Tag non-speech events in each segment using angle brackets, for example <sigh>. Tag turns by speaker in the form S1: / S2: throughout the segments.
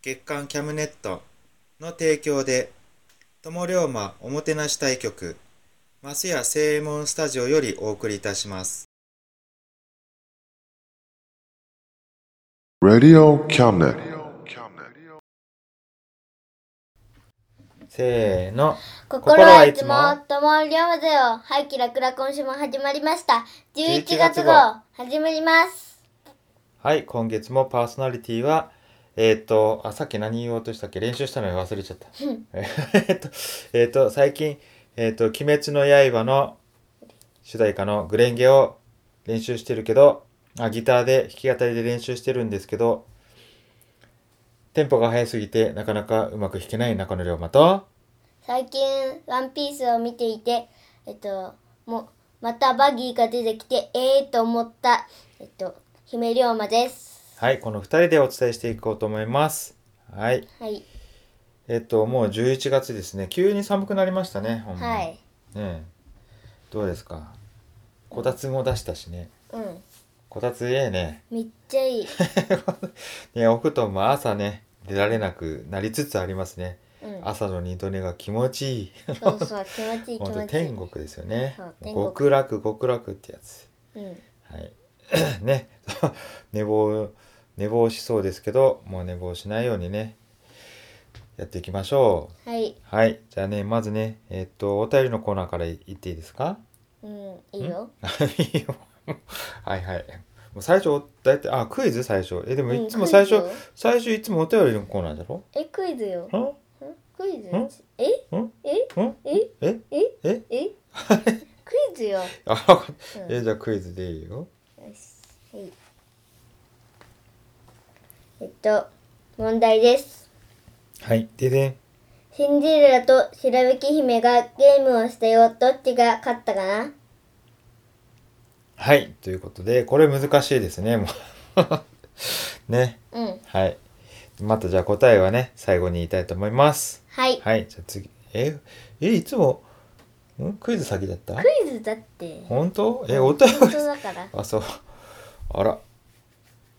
S1: 月刊キャムネットの提供で、友龍馬おもてなし対局、マスヤ正右衛門スタジオよりお送りいたします。
S2: Radio Cabinet.
S1: せーの。
S3: 心はいつも、ともりょうぜよ。はい、キラクラ今週も始まりました。11月号、始まります。
S1: はい、今月もパーソナリティは、えっ、と、あ、さっき何言おうとしたっけ練習したのに忘れちゃった。 <laughs> えっと、えっ、と、最近、えっ、と、鬼滅の刃の主題歌のグレンゲを練習してるけど、あ、ギターで弾き語りで練習してるんですけど、テンポが速すぎて、なかなかうまく弾けない中野龍馬と、
S3: 最近、ワンピースを見ていて、えっと、もう、またバギーが出てきて、ええー、と思った、えっと、姫龍馬です。
S1: はい、この二人でお伝えしていこうと思います。はい。
S3: はい。
S1: えっ、と、もう11月ですね。急に寒くなりましたね、ほんまに
S3: はい。
S1: ねえどうですかこたつも出したしね
S3: うん。
S1: こたつええね <laughs>
S3: めっちゃいい。
S1: ねお布団も朝ね出られなくなりつ <laughs> つありますね
S3: うん。
S1: 朝の二度寝が気持ちいい
S3: そうそう、気持ちい
S1: <laughs>
S3: い気
S1: 本当
S3: 持ちいい。
S1: 天国ですよね
S3: そう天国
S1: 極楽極楽ってやつ
S3: うん。
S1: はい <coughs> ね <laughs> 寝坊寝坊しそうですけどもう寝坊しないようにねやっていきましょう
S3: はい。
S1: はいじゃあねまずねえっとお便りのコーナーからい行っていいですか
S3: うん、いい
S1: <laughs>
S3: よ。
S1: いいよはいはい。もう最初、だいたい、あ、クイズ最初。え、でも
S3: うん
S1: いつも最
S3: クイ
S1: 初
S3: ズよ、
S1: 最初いつもお便りのコーナーじゃろ
S3: え、クイズよ。
S1: ん
S3: んクイズ
S1: ん
S3: え
S1: ん
S3: え
S1: ん
S3: え
S1: え
S3: え
S1: え
S3: えクイズよ。
S1: あ、
S3: うん
S1: え、じゃあクイズでいいよ。
S3: よしはいえっと問題です
S1: はい。ででん。
S3: シンデレラと白雪姫がゲームをしたよどっちが勝ったかな
S1: はい。ということで、これ難しいですね、もう。 <laughs> ね。
S3: うん
S1: はい。またじゃあ答えはね、最後に言いたいと思います。
S3: はい
S1: はい。じゃあ次。え、え、いつも、んクイズ先だった
S3: クイズだって
S1: 本当え、お便り
S3: 本当だから
S1: あそうあら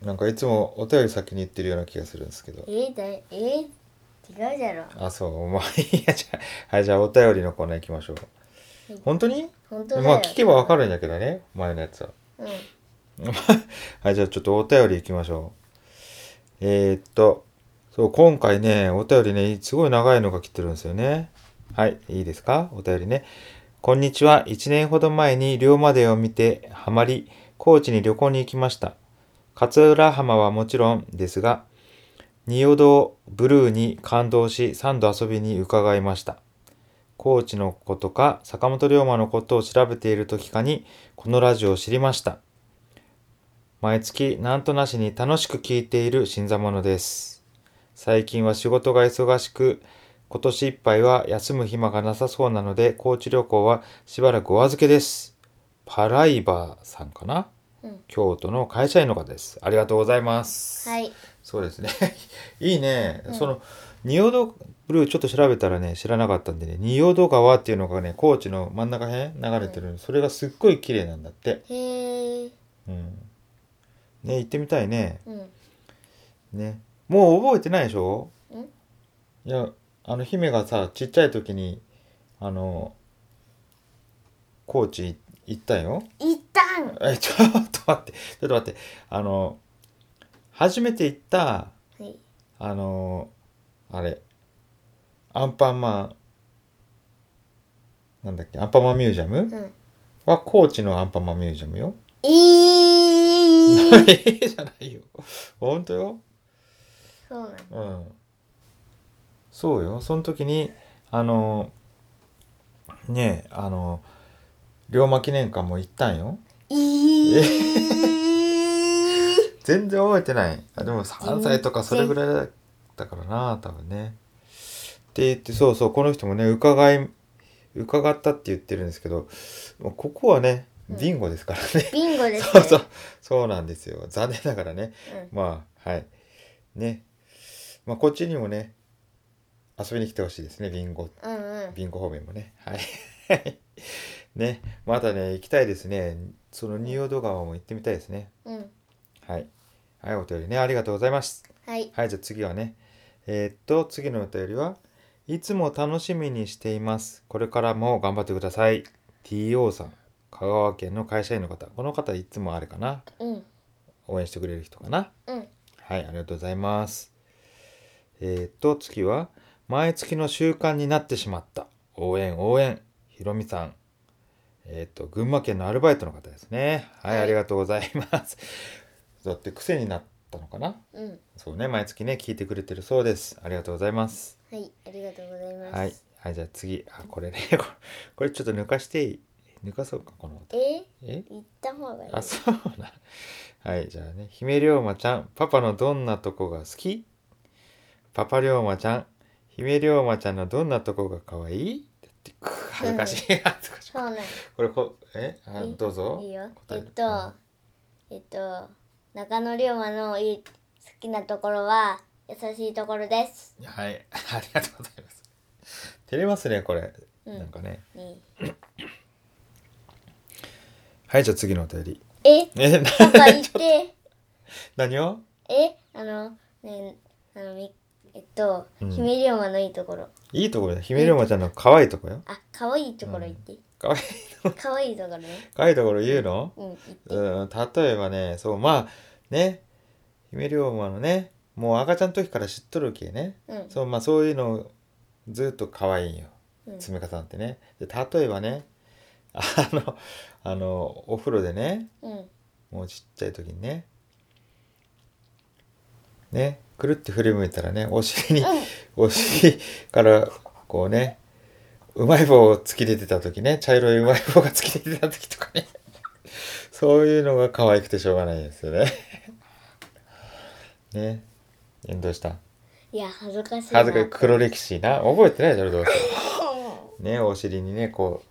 S1: なんかいつもお便り先に言ってるような気がするんですけど
S3: えー、だいえー、違うじゃろ
S1: あそうまあ <laughs> いいやじゃあはいじゃあお便りのコーナー行きましょう
S3: はい
S1: 本当に
S3: 本当だよ
S1: まあ聞けばわかるんだけどね前のやつは
S3: うん
S1: はいじゃあちょっとお便り行きましょうえー、っとそう今回ねお便りねすごい長いのが来てるんですよねはいいいですかお便りねこんにちは1年ほど前に龍馬伝を見てハマり高知に旅行に行きました勝浦浜はもちろんですが、仁淀堂ブルーに感動し3度遊びに伺いました。高知のことか坂本龍馬のことを調べている時かにこのラジオを知りました。毎月なんとなしに楽しく聞いている新座者です。最近は仕事が忙しく、今年いっぱいは休む暇がなさそうなので、高知旅行はしばらくお預けです。パライバーさんかな、
S3: うん
S1: 京都の会社員の方です。ありがとうございます。 <laughs>
S3: はい
S1: そうですね。いいね。その、仁淀ブルーちょっと調べたらね知らなかったんでね仁淀川っていうのがね高知の真ん中辺流れてる、それがすっごい綺麗なんだって、
S3: へえ
S1: うん、ね行ってみたいね
S3: うん
S1: ねもう覚えてないでしょ
S3: ん
S1: いやあの姫がさちっちゃい時にあの高知行ったよ
S3: 一旦
S1: えちょっと待ってちょっと待ってあの初めて行った
S3: はい
S1: あのあれアンパンマンなんだっけアンパンマンミュージアム
S3: うん
S1: は高知のアンパンマンミュージアムよ。
S3: いい
S1: ええじゃないよ。ほんとよ。
S3: そうなの
S1: うん。そうよ。その時に、あの、ねえ、あの、龍馬記念館も行ったんよ。
S3: いい
S1: 全然覚えてない。あでも3歳とかそれぐらいだったからな、多分ね。って言って、そうそう、この人もね、伺い、伺ったって言ってるんですけど、もうここはね、
S3: うん
S1: ビンゴですからね。
S3: ビンゴです
S1: そ
S3: ね
S1: うそう、そうなんですよ。残念ながらね。
S3: うん
S1: まあ、はい。ね。まあ、こっちにもね、遊びに来てほしいですね、ビンゴ。
S3: うんうん
S1: ビンゴ方面もね。はい。 <laughs> ね、またね、行きたいですね。その仁淀川も行ってみたいですね。
S3: うん
S1: はい。はい、お便りね、ありがとうございます。
S3: はい
S1: はい、じゃあ次はね。えーっと、次のお便りは、いつも楽しみにしています。これからも頑張ってください。TO さん、香川県の会社員の方。この方、いつもあれかな。
S3: うん
S1: 応援してくれる人かな。
S3: うん
S1: はい、ありがとうございます。えーっと、次は、毎月の習慣になってしまった。応援、応援。ひろみさん。えーっと、群馬県のアルバイトの方ですね。はい、
S3: はい
S1: ありがとうございます。だって癖になったのかな
S3: うん
S1: そうね、毎月ね、聞いてくれてるそうです。ありがとうございます。
S3: はいありがとうございます
S1: はい。はい、じゃあ次。あ、これね、これこれちょっと抜かしていい、抜かそうか、この。
S3: え
S1: え
S3: 行った方がいい
S1: あ、そうな。はい、じゃあね、姫龍馬ちゃん、パパのどんなとこが好きパパ龍馬ちゃん、姫龍馬ちゃんのどんなとこが可愛いだってくー恥ずかしい、恥ずかしい。
S3: そうなの
S1: これこ、えあ
S3: え
S1: どうぞ。
S3: いいよえ
S1: 答
S3: っ
S1: える
S3: とえっと中野龍馬のいい好きなところは優しいところです
S1: うんはい、 <laughs> ありがとうございます。照れますね、これ。
S3: うん
S1: なんかね。
S3: ね
S1: はい、じゃあ次のお便り。
S3: え
S1: え、な <laughs>
S3: パパ行って
S1: 何を
S3: えあのねあのみえっと
S1: うん
S3: 姫龍馬のいいところ
S1: いいところだ。姫龍馬ちゃんの可愛いとこよ。
S3: あ可愛いところ言って
S1: 可愛い、
S3: 可愛いところね
S1: 可愛いところ言うの
S3: うん言って
S1: うん、例えばね、そう、まあ、ね、姫龍馬のね、もう赤ちゃんの時から知っとるけね。
S3: うん
S1: そう、まあそういうの、ずっと可愛いんよ。
S3: うん
S1: 積み重なってね。で、例えばね、あの、あの、お風呂でね、
S3: うん
S1: もうちっちゃい時にね、ね、くるって振り向いたらね、お尻に、お尻からこうね、うまい棒を突き出てた時ね、茶色いうまい棒が突き出てた時とかね、そういうのが可愛くてしょうがないですよね。ね、えどうした
S3: いや恥ずかしいな
S1: 恥ずかしい黒歴史な覚えてないだろどうせねお尻にねこう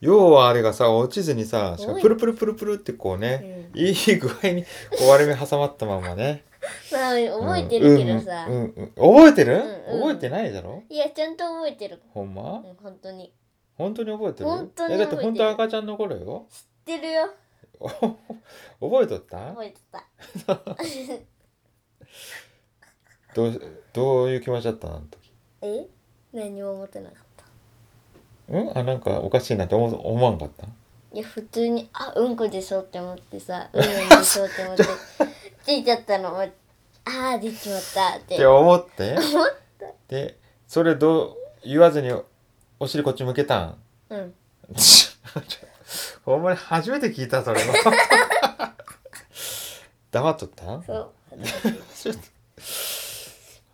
S1: 要はあれがさ落ちずにさ
S3: すごい
S1: プルプルプルプルってこうね、いい具合にこう割れ目挟まったままね
S3: まあ <laughs> 覚えてるけどさ
S1: うんうんうん覚えてる、
S3: うんうん
S1: 覚えてないだろ
S3: いやちゃんと覚えてる
S1: ほんま、
S3: うん本当に
S1: 本当に覚えてる
S3: 本当に
S1: えだって
S3: 覚えて
S1: 本
S3: る
S1: 当赤ちゃんの頃よ
S3: 知ってるよ
S1: 覚えとった
S3: 覚えてた
S1: どうどういう気持ちだったのあの時
S3: え何も思ってなかった
S1: うんあなんかおかしいなって思う思わんかった
S3: いや普通にあうんこでしょって思って <laughs> さうんうんでしょって思ってついちゃったのもうああできちまった
S1: っ
S3: っ
S1: てて思ってでそれどう言わずにお尻こっち向けたん <laughs>
S3: うん
S1: ほんまに初めて聞いたそれも <laughs> 黙っとったん
S3: そう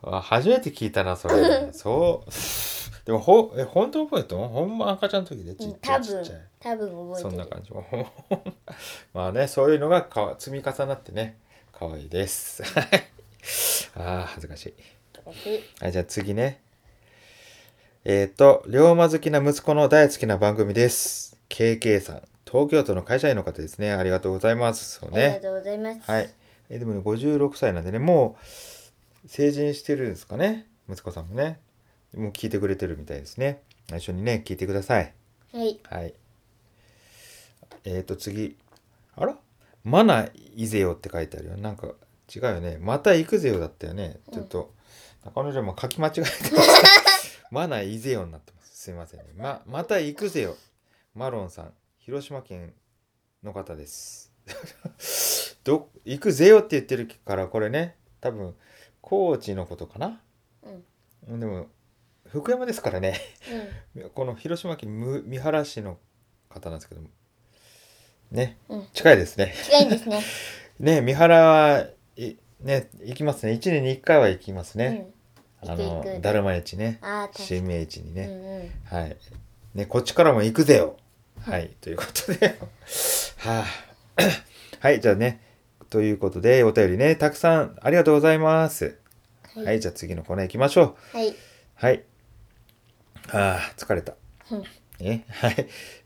S1: あ初めて聞いたなそ
S3: <laughs>
S1: れそうでもほえ本当覚えたのほんま赤ちゃんの時でち
S3: う
S1: っ
S3: ん
S1: ちゃ
S3: 多
S1: いちっ
S3: 分
S1: ちゃい
S3: 多分
S1: そん
S3: 覚え
S1: な
S3: てる
S1: 感じ <laughs> まあねそういうのがかわ積み重なってね可愛いです <laughs> あー恥ずかしいはい、じゃあ次ね。えっ、と、龍馬好きな息子の大好きな番組です。KK さん。東京都の会社員の方ですね。ありがとうございます。そう
S3: ありが
S1: ね。
S3: とうございます
S1: はい。えでもね、56歳なんでね、もう成人してるんですかね。息子さんもね、もう聞いてくれてるみたいですね。一緒にね、聞いてください。
S3: はい。
S1: はい。えーと、次。あらマナいぜよって書いてあるよ。なんか違うよね。また行くぜよだったよね。ちょっと、中野ちゃんも書き間違えてますマナいぜよになってます。すいませんね。ま、また行くぜよ。マロンさん、広島県の方です。 <laughs> ど、行くぜよって言ってるから、これね、多分、高知のことかな。でも、福山ですからね。この広島県む三原市の方なんですけどもね
S3: うん。うん。
S1: 近いですね
S3: 近いんですね。
S1: ね三原はいね行きますね1年に1回は行きますね、
S3: うん
S1: あ
S3: 行く行
S1: の
S3: く
S1: だるま市ね
S3: うん。ああ、確か
S1: 新名市に
S3: に。う
S1: ね、
S3: んうん。
S1: はいねこっちからも行くぜよはいということで <laughs> はあ <coughs> はいじゃあねということでお便りねたくさんありがとうございますはい、
S3: はい。
S1: じゃあ次のコーナー行きましょう
S3: はい。
S1: はいあー疲れた
S3: うん
S1: えはい。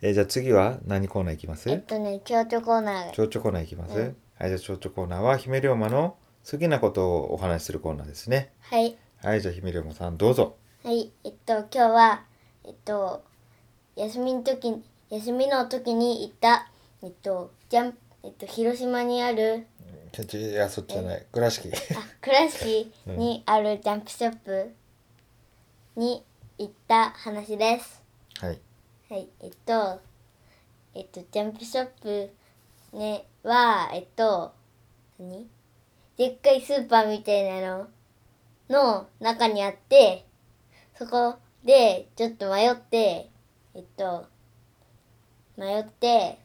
S1: えーじゃあ次は何コーナーいきます
S3: えっとね、京都コーナーが。
S1: 蝶々コーナーいきます、
S3: うん
S1: はい、じゃあ蝶々コーナーは姫龍馬の好きなことをお話しするコーナーですね。
S3: はい。
S1: はい、じゃあ姫龍馬さんどうぞ。
S3: はい、えっと今日はえっと休みの時に休みの時に行ったえっとジャンえっと広島にある
S1: ちょちょいや、そっちじゃない。倉敷。
S3: あ倉敷にあるジャンプショップに行った話です。
S1: はい。
S3: はい、えっとえっとジャンプショップねはえっと何でっかいスーパーみたいなのの中にあってそこでちょっと迷ってえっと迷って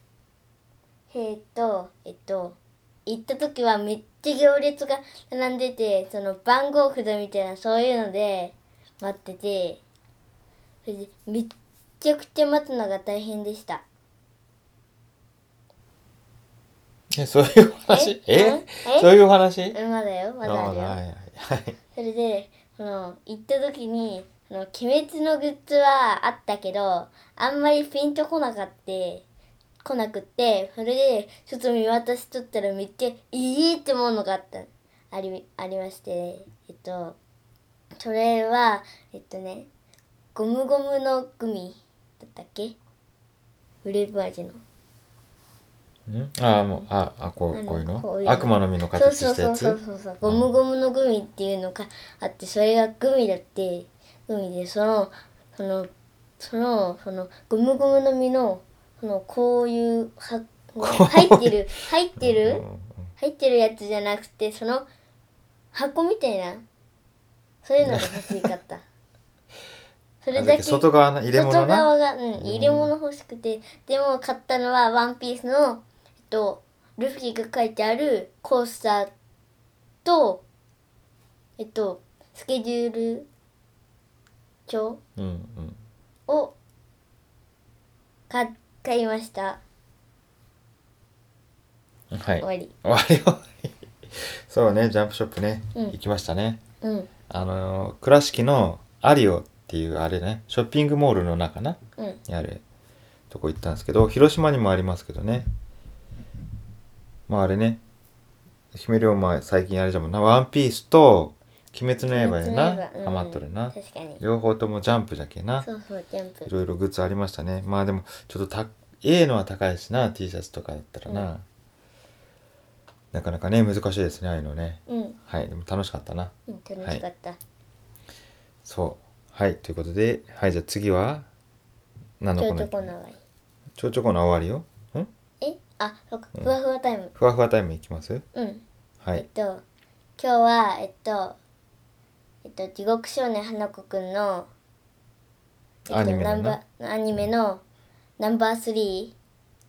S3: えっとえっと行った時はめっちゃ行列が並んでてその番号札みたいなそういうので待っててそれでめっちゃくちゃ待つのが大変でした
S1: え、そういう話え
S3: えうんえ
S1: そういう話
S3: えまだよまだある
S1: あーは
S3: よ
S1: いはい。
S3: それでその行った時に「その鬼滅のグッズ」はあったけどあんまりピンとこなかって来なくってそれでちょっと見渡しとったらめっちゃ「いい!」って思うのがあったありありましてえっとそれはえっとねゴムゴムのグミだったっけグレープ味の
S1: んあーもう、あ、あこ
S3: あ
S1: う
S3: の
S1: こういう
S3: こう
S1: の
S3: いうの
S1: 悪魔の実の
S3: そう
S1: 形
S3: そ
S1: した
S3: うそ
S1: や
S3: う
S1: つ
S3: そうそうそうゴムゴムのグミっていうのがあってそれがグミだってグミでそのそのそのそのゴムゴムの実のそのこういうは入ってる入って
S1: う
S3: る
S1: んうん
S3: 入ってるやつじゃなくてその箱みたいなそういうのが欲しかった
S1: <laughs>
S3: そ
S1: あ
S3: れ
S1: だっ
S3: だ
S1: け
S3: け
S1: 外側の入れ物
S3: 外
S1: な。
S3: 側が、うん、入れ物欲しくて、でも買ったのはワンピースの、えっと、ルフィが書いてあるコースターと、えっと、スケジュール帳
S1: うんうん。
S3: を買買いました。
S1: はい。
S3: 終
S1: 終
S3: わり。
S1: わり <laughs> よ。そうね、ジャンプショップね。
S3: うん
S1: 行きましたね。
S3: うん、
S1: あの倉敷のアリオっていうあれねショッピングモールの中な
S3: うん、
S1: にあるとこ行ったんですけど広島にもありますけどねまああれね姫龍馬最近あれじゃもんな「ワンピースと「鬼滅の刃」やな
S3: うん
S1: ハマっとるな
S3: 確かに。
S1: 両方ともジャンプじゃけな
S3: そうそう、ジャンプ
S1: い。ろいろグッズありましたねまあでもちょっとたええのは高いしな T シャツとかだったらな、
S3: う
S1: なかなかね難しいですねああいうのね
S3: うん、
S1: はいでも楽しかったな
S3: うん、楽しかった。
S1: そう。はい。ということで、はい。じゃあ次は、何の
S3: ち
S1: コー
S3: ょっ
S1: ナ
S3: とこ
S1: ー
S3: の終わ
S1: ちょちょコーナー終わりよ。ん
S3: り。えあ、そうか、ふわふわタイム。
S1: ふわふわタイムいきます
S3: うん。
S1: は
S3: え
S1: い。
S3: っと今日はえっとえっと地獄少年花子くんの、えっと、
S1: アニメ
S3: ナ
S1: の
S3: ンバ
S1: な。
S3: ーアニメのナンバースリ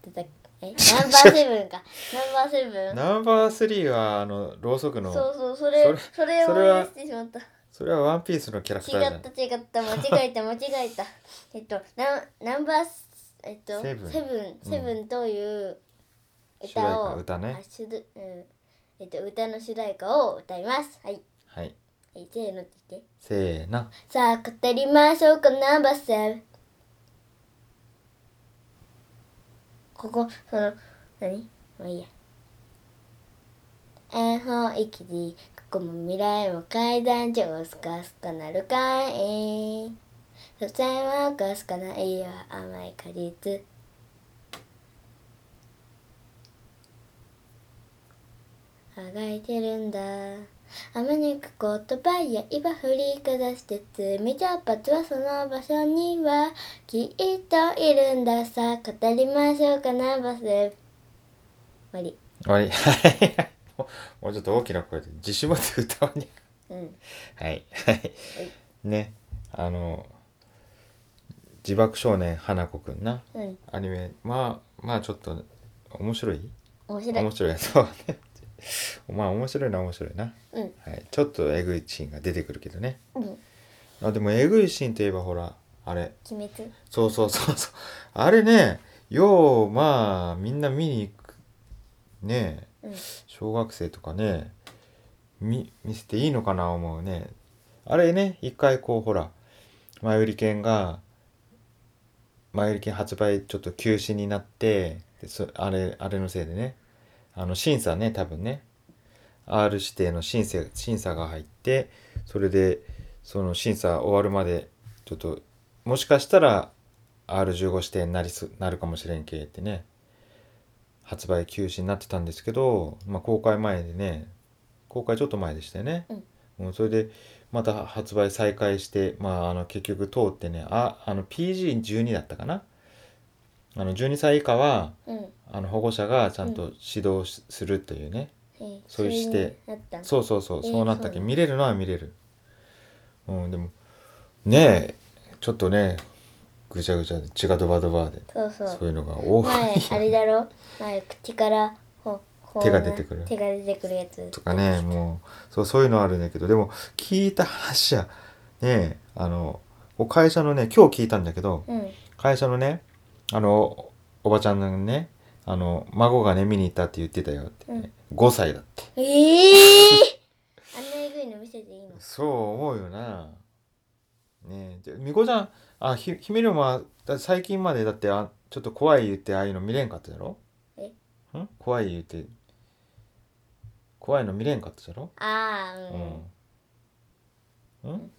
S3: ーだったえ
S1: <laughs>
S3: ナンバーセブンかナンバーセブン
S1: ナンバースリーは、あの、ろうそくの、
S3: そうそうそれそれを
S1: そ
S3: 思
S1: れはい
S3: 出してしまった
S1: それはワンピースのキャラクターじゃ
S3: 違
S1: な
S3: っ
S1: い
S3: た。違った間違えた間違えた <laughs> えっとナンナンバースえっと
S1: セブン
S3: セブンセブンという
S1: 主題
S3: 歌
S1: 歌、
S3: を、
S1: 歌
S3: あ
S1: ね。
S3: 主題うんえっと歌の主題歌を歌いますはい
S1: はい。
S3: はいせーのって言って
S1: せーの。
S3: さあ、語りましょうか、ナンバーセブン。ここ、その、何まあいいや。円本駅でここも未来も階段上スカスカなるかい所詮はおかしかないよ甘い果実あがいてるんだ雨にく言葉や今振りかざして罪茶髪はその場所にはきっといるんださ語りましょうかなバス終わり
S1: 終わり。 <laughs> はい。もうもうちょっと大きな声で、自信持って歌おうに。
S3: うん
S1: はい。はい。ね。あの、自爆少年花子くんな。
S3: うん
S1: アニメ、まあ、まあちょっと、面白い
S3: 面白い
S1: 面白い。そうね。まあ面白いな、面白いな。
S3: うん
S1: はい。ちょっとえぐいシーンが出てくるけどね。
S3: うん
S1: あ、でもえぐいシーンといえばほら、あれ。
S3: 鬼滅
S1: そうそうそうそう。あれね、よう、まあ、みんな見に行く。ねえ。
S3: うん
S1: 小学生とかね見見せていいのかな思うねあれね一回こうほら前売り券が前売り券発売ちょっと休止になってでそあれあれのせいでねあの審査ね多分ね R 指定の審査審査が入ってそれでその審査終わるまでちょっともしかしたら R15 指定になりすなるかもしれんけってね発売休止になってたんですけど、まあ、公開前でね公開ちょっと前でしたよね、うんそれでまた発売再開して、まあ、あの結局通ってねああの PG12 だったかなあの12歳以下は
S3: うん
S1: あの保護者がちゃんと指導しするというね、
S3: え
S1: そういう指定
S3: それになった
S1: そうそうそう、
S3: えー
S1: そうなったっけ
S3: そう
S1: 見れるのは見れるうんでもねえちょっとねぐちゃぐちゃで血がドバドバで
S3: そうそう
S1: そういうのが多い
S3: 前あれだろ前口からほほ
S1: 手が出てくる
S3: 手が出てくるやつ
S1: とかねもうそうそういうのあるんだけどでも聞いた話やねあのお会社のね今日聞いたんだけど <laughs>
S3: うん
S1: 会社のねあのおばちゃんのねあの孫がね見に行ったって言ってたよって、ね5歳だって
S3: ええー、あんなえぐいの見せていいの
S1: そう思うよなねえでみこちゃんあひひめるもだ最近までだってあちょっと怖い言ってああいうの見れんかったじゃろ
S3: え
S1: ん怖い言って怖いの見れんかったじゃろ
S3: ああうん、
S1: うん。うん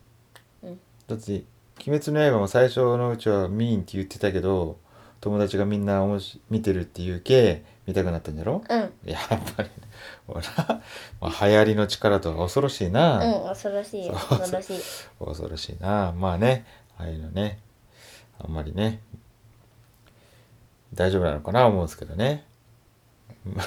S3: うん
S1: だって、鬼滅の刃も最初のうちはミーンって言ってたけど、友達がみんなおもし見てるっていうけ、見たくなったんじゃろ
S3: うん
S1: やっぱり、ほら、まあ、流行りの力とは恐ろしいな。
S3: うん、恐ろしいよ
S1: そう
S3: 恐ろしい
S1: 恐ろしいな。まあね、ああいうのね、あんまりね、大丈夫なのかな思うんですけどね。 <laughs> ま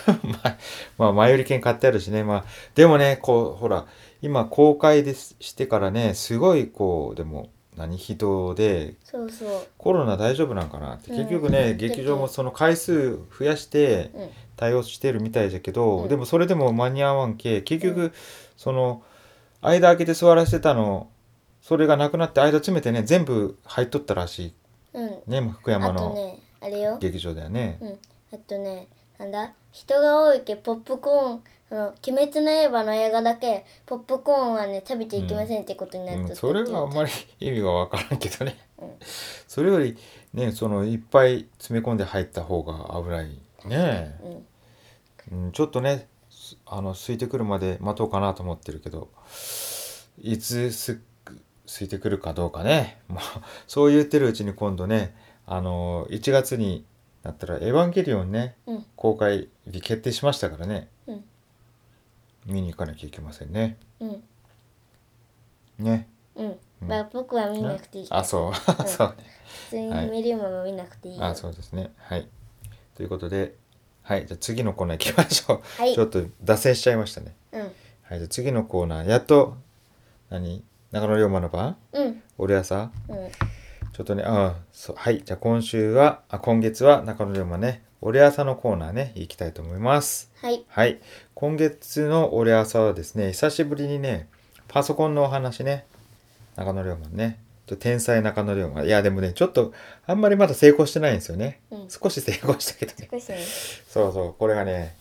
S1: あ、まあ、前売り券買ってあるしね。まあ、でもね、こう、ほら、今公開ですしてからね、すごいこう、でも、何、人で、
S3: そうそう
S1: コロナ大丈夫なんかなって。
S3: うん
S1: 結局ね、
S3: うん
S1: 劇場もその回数増やして
S3: うん
S1: 対応してるみたいじゃけど、
S3: うん
S1: でもそれでも間に合わんけ、結
S3: う
S1: 局、その、間空けて座らせてたの、それがなくなって間詰めてね、全部入っとったらし
S3: うん
S1: い。ね、福山
S3: あと
S1: の
S3: ねあれよ
S1: 劇場だよね。
S3: うんあとねなんだ人が多いけポップコーンその「鬼滅の刃」の映画だけポップコーンはね食べていけませんってことになっと
S1: う
S3: った
S1: ん、それはあんま
S3: り
S1: り意味がわからんけどね、
S3: うん
S1: それよりねそのいっぱい詰め込んで入った方が危ないね、
S3: うん
S1: うん、ちょっとねすあの空いてくるまで待とうかなと思ってるけどいつす空いてくるかどうかねもうそう言ってるうちに今度ねあの1月になったら「エヴァンゲリオンね」
S3: うん
S1: 公開日決定しましたからね
S3: うん
S1: 見に行かなきゃいけませんね
S3: うん
S1: ね
S3: うん、
S1: うん
S3: まあ僕は見なくていい
S1: あそう、
S3: ん
S1: <laughs> そうね
S3: 普通に見るもの見なくていいよ、
S1: あそうですねはいということではいじゃあ次のコーナー行きましょう、
S3: はい
S1: ちょっと脱線しちゃいましたね
S3: うん
S1: はいじゃあ次のコーナーやっと何中野龍馬の番
S3: うん
S1: 俺はさ
S3: うん
S1: ちょっとねああそうはいじゃあ今週はあ今月は中野龍馬ね俺朝のコーナーね行きたいと思います
S3: はい
S1: はい今月の俺朝はですね久しぶりにねパソコンのお話ね中野龍馬ねちょっと天才中野龍馬いやでもねちょっとあんまりまだ成功してないんですよね、
S3: うん
S1: 少し成功したけどね
S3: 少しね
S1: そうそうこれがね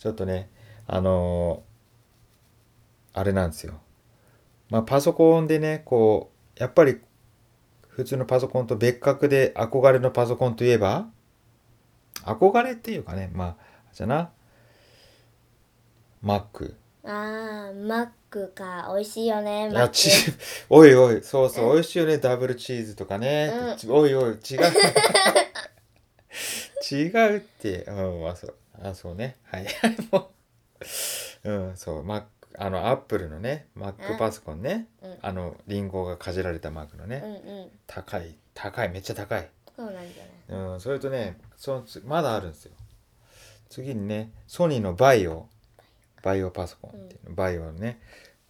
S1: ちょっとねあのーあれなんですよまあパソコンでねこうやっぱり普通のパソコンと別格で憧れのパソコンといえば憧れっていうかねまあじゃなマック。
S3: あー、マックか。美味しいよね、マッ
S1: あ、
S3: ク。
S1: チー、 <laughs> おいおい、そうそう、美味しいよね、ダブルチーズとかね。ちおいおい、違う。 <laughs> 違うって、うん、あ、そう、あ、そうね、はい、 <laughs> もう。うん、そう、マック、あの、アップルのね、マックパソコンね、
S3: うん
S1: あの、リンゴがかじられたマークのね、
S3: うんうん。
S1: 高い、高い、めっちゃ高い。
S3: そうなんじゃな
S1: う
S3: い
S1: ん、それとね、そのつまだあるんですよ。次にね、ソニーのバイオ、バイオパソコンっていうの、バイオのね、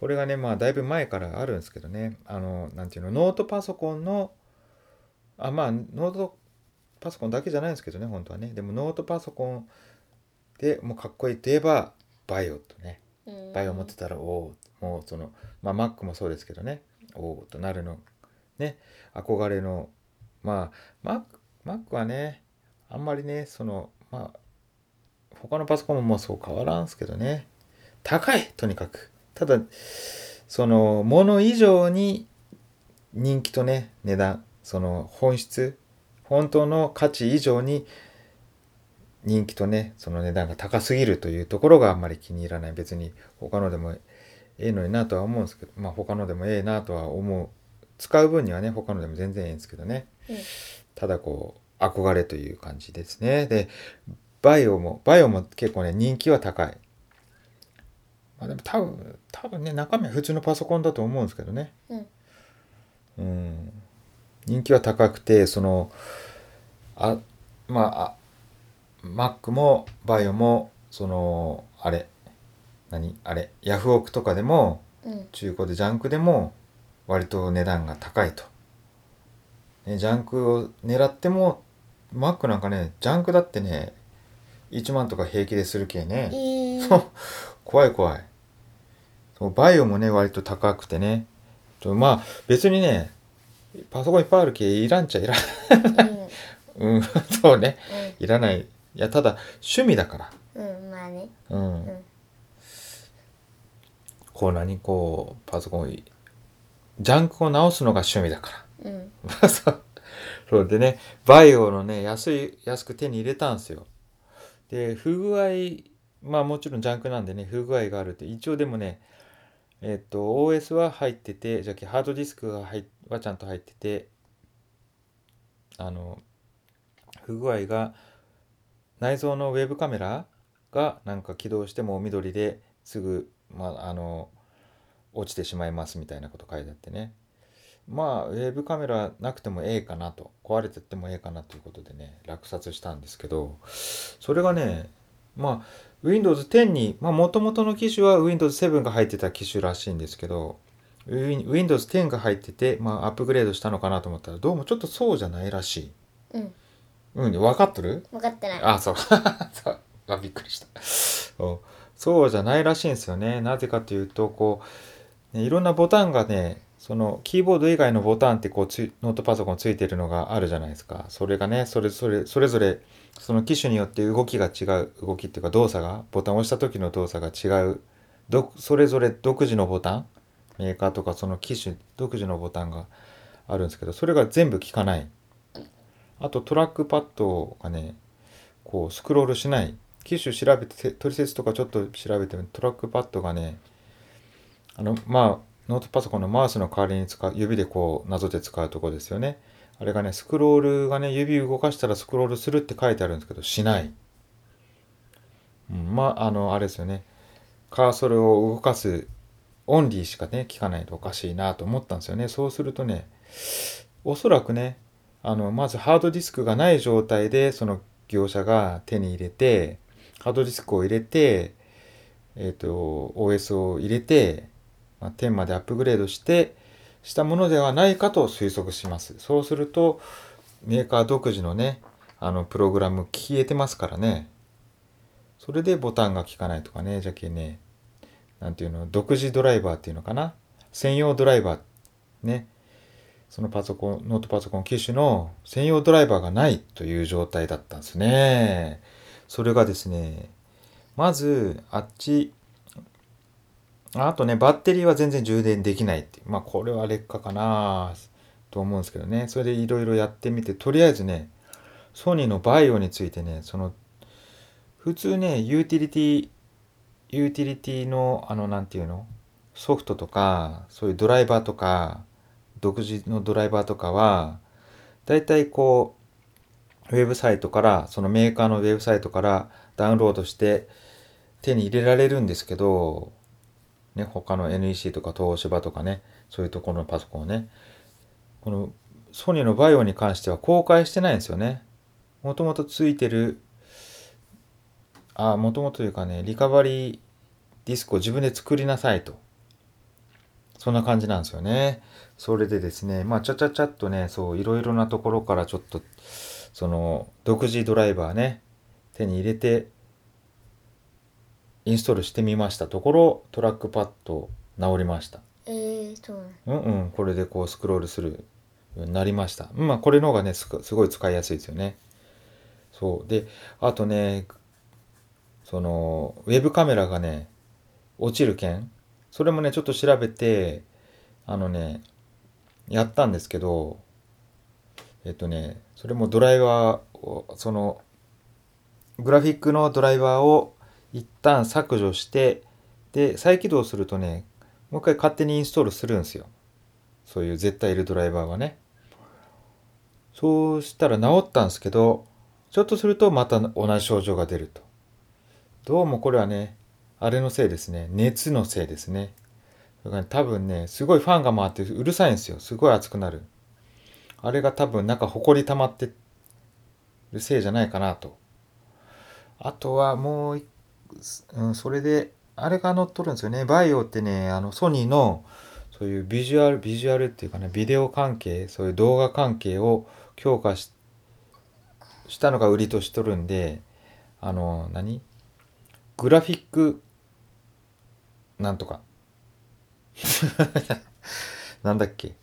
S1: これがね、まあだいぶ前からあるんですけどね、あの、なんていうの、ノートパソコンの、あ、まあノートパソコンだけじゃないんですけどね、本当はね、でもノートパソコンでもうかっこいいといえば、バイオとね、
S3: うん
S1: バイオ持ってたら、おお、もうその、まあ Mac もそうですけどね、おおとなるの、ね、憧れの、まあ、Mac, Mac はね、あんまりね、その、まあ、他のパソコンももうそう変わらんすけどね、高いとにかく。ただ、その、もの以上に人気とね、値段、その本質、本当の価値以上に人気とねその値段が高すぎるというところがあんまり気に入らない別に他のでもええのになとは思うんですけどまあ他のでもええなとは思う使う分にはね他のでも全然ええんですけどね、
S3: うん
S1: ただこう憧れという感じですねでバイオもバイオも結構ね人気は高いまあでも多分多分ね中身は普通のパソコンだと思うんですけどね
S3: うん
S1: うん人気は高くてそのあまああマックもバイオもそのあれ何あれヤフオクとかでも
S3: うん
S1: 中古でジャンクでも割と値段が高いと、ね、ジャンクを狙ってもマックなんかねジャンクだってね1万とか平気でするけね、
S3: いい
S1: そう怖い怖いそうバイオもね割と高くてねとまあ別にねパソコンいっぱいあるけいらんちゃいらん <laughs>
S3: うん
S1: うんそうねいらないいやただ趣味だから
S3: うんうんまあね
S1: うん、
S3: うん
S1: こう何こうパソコンをいジャンクを直すのが趣味だか
S3: うん
S1: ら <laughs> そうそうでねバイオのね安い安く手に入れたんですよで不具合まあもちろんジャンクなんでね不具合があるって一応でもねえっと OS は入っててじゃあハードディスクが入っはちゃんと入っててあの不具合が内蔵のウェブカメラがなんか起動しても緑ですぐ、まあ、あの落ちてしまいますみたいなこと書いてあってねまあウェブカメラなくてもええかなと壊れてってもええかなということでね落札したんですけどそれがねまあ Windows 10にもともとの機種は Windows 7が入ってた機種らしいんですけどウィ Windows 10が入ってて、まあ、アップグレードしたのかなと思ったらどうもちょっとそうじゃないらしい。
S3: うん
S1: うん、分かっとる
S3: 分かってない
S1: あ、そう。 <laughs> そうあびっくりした。そうそうじゃないらしいんですよね。なぜかというと、こう、ね、いろんなボタンがね、そのキーボード以外のボタンってこうついノートパソコンついてるのがあるじゃないですか。それがね、それそれそれぞれその機種によって動きが違う動きっていうか動作がボタンを押した時の動作が違うどそれぞれ独自のボタンメーカーとかその機種独自のボタンがあるんですけどそれが全部効かないあとトラックパッドがねこうスクロールしない機種調べてトリセツとかちょっと調べてみるとトラックパッドがねあのまあノートパソコンのマウスの代わりに使う指でこうなぞって使うとこですよねあれがねスクロールがね指動かしたらスクロールするって書いてあるんですけどしない、うん、まああのあれですよねカーソルを動かすオンリーしかね聞かないとおかしいなと思ったんですよねそうするとねおそらくねあのまずハードディスクがない状態でその業者が手に入れてハードディスクを入れて、えー、と OS を入れて、まあ、10までアップグレードしてしたものではないかと推測しますそうするとメーカー独自のねあのプログラム消えてますからねそれでボタンが効かないとかねじゃけねなんていうの独自ドライバーっていうのかな専用ドライバーねそのパソコン、ノートパソコン機種の専用ドライバーがないという状態だったんですね。それがですね、まず、あっち、ああとね、バッテリーは全然充電できないっていう。まあ、これは劣化かなと思うんですけどね。それでいろいろやってみて、とりあえずね、ソニーのバイオについてね、その、普通ね、ユーティリティユーティリティの、あの、なんていうのソフトとか、そういうドライバーとか、独自のドライバーとかは、だいたいこう、ウェブサイトから、そのメーカーのウェブサイトからダウンロードして手に入れられるんですけど、ね、他の NEC とか東芝とかね、そういうところのパソコンをね、このソニーのバイオに関しては公開してないんですよね。もともとついてる、あ、もともとというかね、リカバリーディスクを自分で作りなさいと。そんな感じなんですよね。それでですね、まあ、ちゃちゃちゃっとね、そう、いろいろなところからちょっと、その、独自ドライバーね、手に入れて、インストールしてみましたところ、トラックパッド直りました。
S3: えー、そうなん
S1: うんうん、これでこうスクロールするようになりました。うんまあ、これの方がねすか、すごい使いやすいですよね。そう。で、あとね、その、ウェブカメラがね、落ちる件、それもね、ちょっと調べて、あのね、やったんですけど、えっとね、それもドライバーを、その、グラフィックのドライバーを一旦削除して、で、再起動するとね、もう一回勝手にインストールするんですよ。そういう絶対いるドライバーがね。そうしたら治ったんですけど、ちょっとするとまた同じ症状が出ると。どうもこれはね、あれのせいですね。熱のせいですね。だから多分ね、すごいファンが回ってうるさいんですよ。すごい熱くなる。あれが多分なんか埃溜まってるせいじゃないかなと。あとはもう一うん、それで、あれが乗っとるんですよね。バイオってね、あの、ソニーの、そういうビジュアル、ビジュアルっていうかね、ビデオ関係、そういう動画関係を強化ししたのが売りとしとるんで、あの、何グラフィック、なんとか。 <laughs> なんだっけ。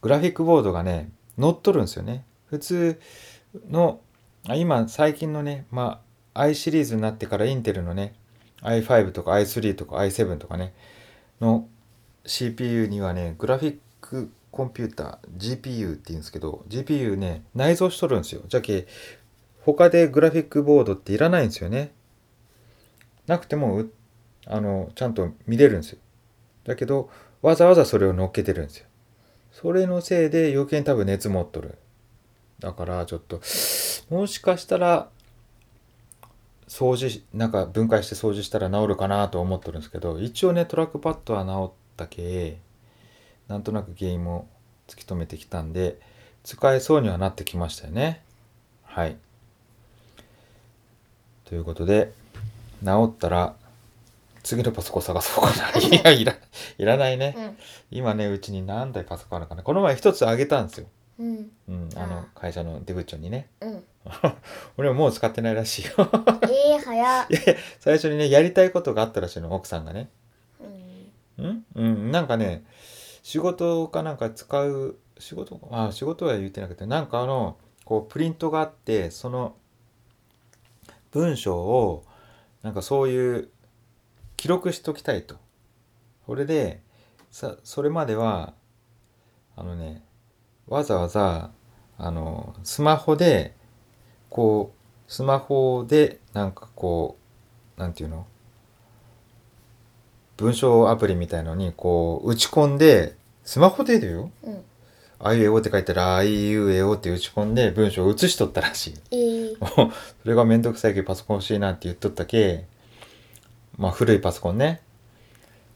S1: グラフィックボードがね、乗っとるんですよね。普通の、あ今、最近のね、まあ、i シリーズになってからインテルのね i5 とか i3 とか i7 とかねの CPU にはねグラフィックコンピューター GPU って言うんですけど GPU ね内蔵しとるんですよじゃけ他でグラフィックボードっていらないんですよねなくてもうあのちゃんと見れるんですよだけどわざわざそれを乗っけてるんですよそれのせいで余計に多分熱持っとるだからちょっともしかしたら掃除しなんか分解して掃除したら治るかなと思ってるんですけど一応ねトラックパッドは治ったけなんとなく原因も突き止めてきたんで使えそうにはなってきましたよねはいということで治ったら次のパソコン探そうか
S3: <laughs>
S1: ないやいらいらないね、
S3: うん
S1: 今ねうちに何台パソコンあるかなこの前一つあげたんですよ、
S3: うん
S1: うん、あの会社の出口にね
S3: うん
S1: 俺はもう使ってないらしいよ
S3: えー、早っ
S1: いやいや最初にねやりたいことがあったらしいの奥さんがね
S3: うん
S1: んうんなんかね仕事かなんか使う仕事あ仕事は言ってなくてなんかあのこうプリントがあってその文章をなんかそういう記録しときたいとそれでさそれまではあのねわざわざあのスマホでこうスマホでなんかこうなんていうの文章アプリみたいのにこう打ち込んでスマホでだよ
S3: うん
S1: あいうえおって書いたらあいうえおって打ち込んで文章を写しとったらしい
S3: えー、
S1: それがめんどくさいけどパソコン欲しいなって言っとったけ、まあ古いパソコンね、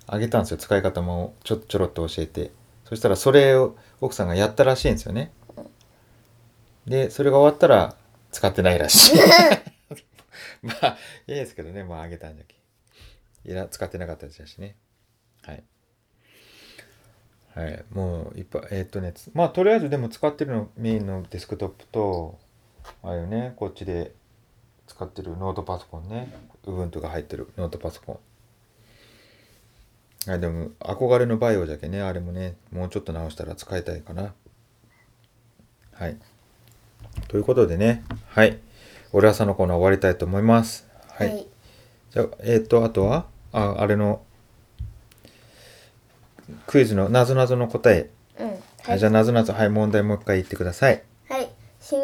S1: あげたんですよ。使い方もちょちょろっと教えて。そしたらそれを奥さんがやったらしいんですよね。で、それが終わったら使ってないらしい。まあ、いいですけどね、まああげたんじゃけ。いら、使ってなかったですしね。はい。はい、もういっぱい、えーっとね、つまあとりあえずでも使ってるのメインのデスクトップと、あれよね、こっちで使ってるノートパソコンね。Ubuntu が入ってるノートパソコン。あでも、憧れのバイオじゃけね、あれもね、もうちょっと直したら使いたいかな。はい。ということでね、はい。俺朝のコーナー終わりたいと思います。はい。
S3: はい
S1: じゃあ、えっ、と、あとは、あ、あれの、クイズの、なぞなぞの答え。
S3: うん
S1: は、
S3: はいい
S1: じゃあ、なぞなぞ、はい、問題もう一回言ってください。
S3: はい、シン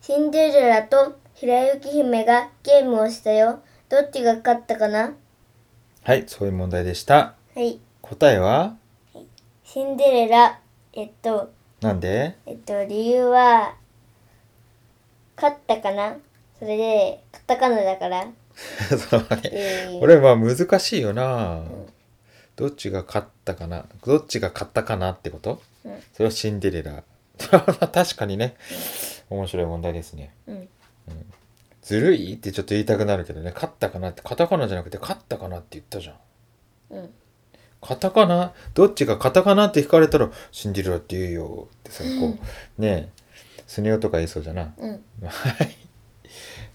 S3: シンデレラと平雪姫がゲームをしたよ。どっちが勝ったかな
S1: はい、そういう問題でした。
S3: はい。
S1: 答えは
S3: シンデレラ、えっと、
S1: なんで <laughs>
S3: えっと、理由は、勝ったかなそれで、カタカナだから。
S1: そうね
S3: えー
S1: これは難しいよな、どっちが勝ったかなどっちが勝ったかなってこと、
S3: うん
S1: それはシンデレラ <laughs> 確かにね面白い問題ですね
S3: うん。
S1: ずるいってちょっと言いたくなるけどね勝ったかなってカタカナじゃなくて勝ったかなって言ったじゃん
S3: うん。
S1: カタカナどっちがカタカナって聞かれたらシンデレラって言うよってさこうねえスネ夫とか言いそうじゃな
S3: うん。
S1: はい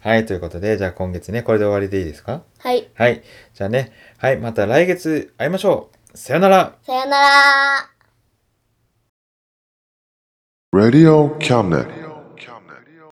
S1: はいということでじゃあ今月ねこれで終わりでいいですか
S3: はい。
S1: はい。じゃあね。はい。また来月会いましょう。さよなら。
S3: さよなら
S2: Radio Cabinet. Radio Cabinet.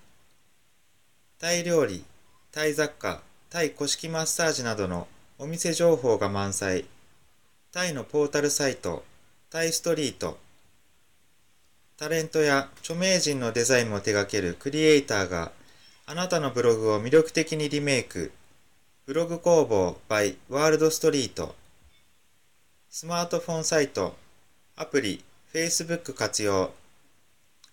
S1: タイ料理、タイ雑貨、タイ古式マッサージなどのお店情報が満載。タイのポータルサイト、タイストリート。タレントや著名人のデザインも手掛けるクリエイターがあなたのブログを魅力的にリメイク。ブログ工房 by ワールドストリート。スマートフォンサイト、アプリ、Facebook 活用。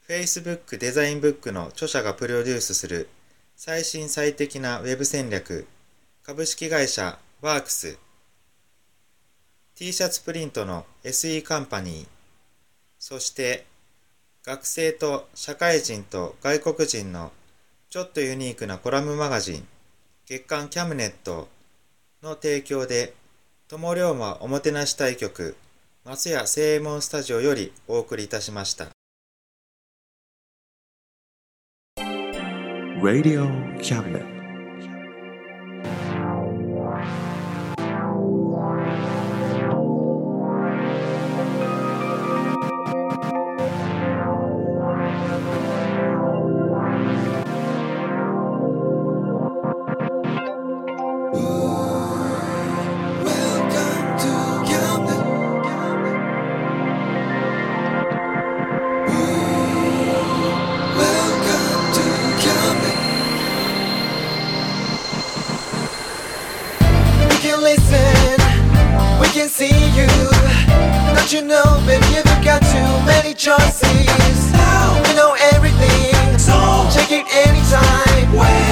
S1: Facebook デザインブックの著者がプロデュースする最新最適なウェブ戦略株式会社ワークス t シャツプリントの SE カンパニーそして学生と社会人と外国人のちょっとユニークなコラムマガジン月刊キャムネットの提供で友龍馬おもてなし対局松屋正右衛門スタジオよりお送りいたしました。
S2: Radio Cabinet.
S4: We can listen, we can see you. Don't you know, baby, you've got too many choices. Now we know everything, so check it anytime. Where?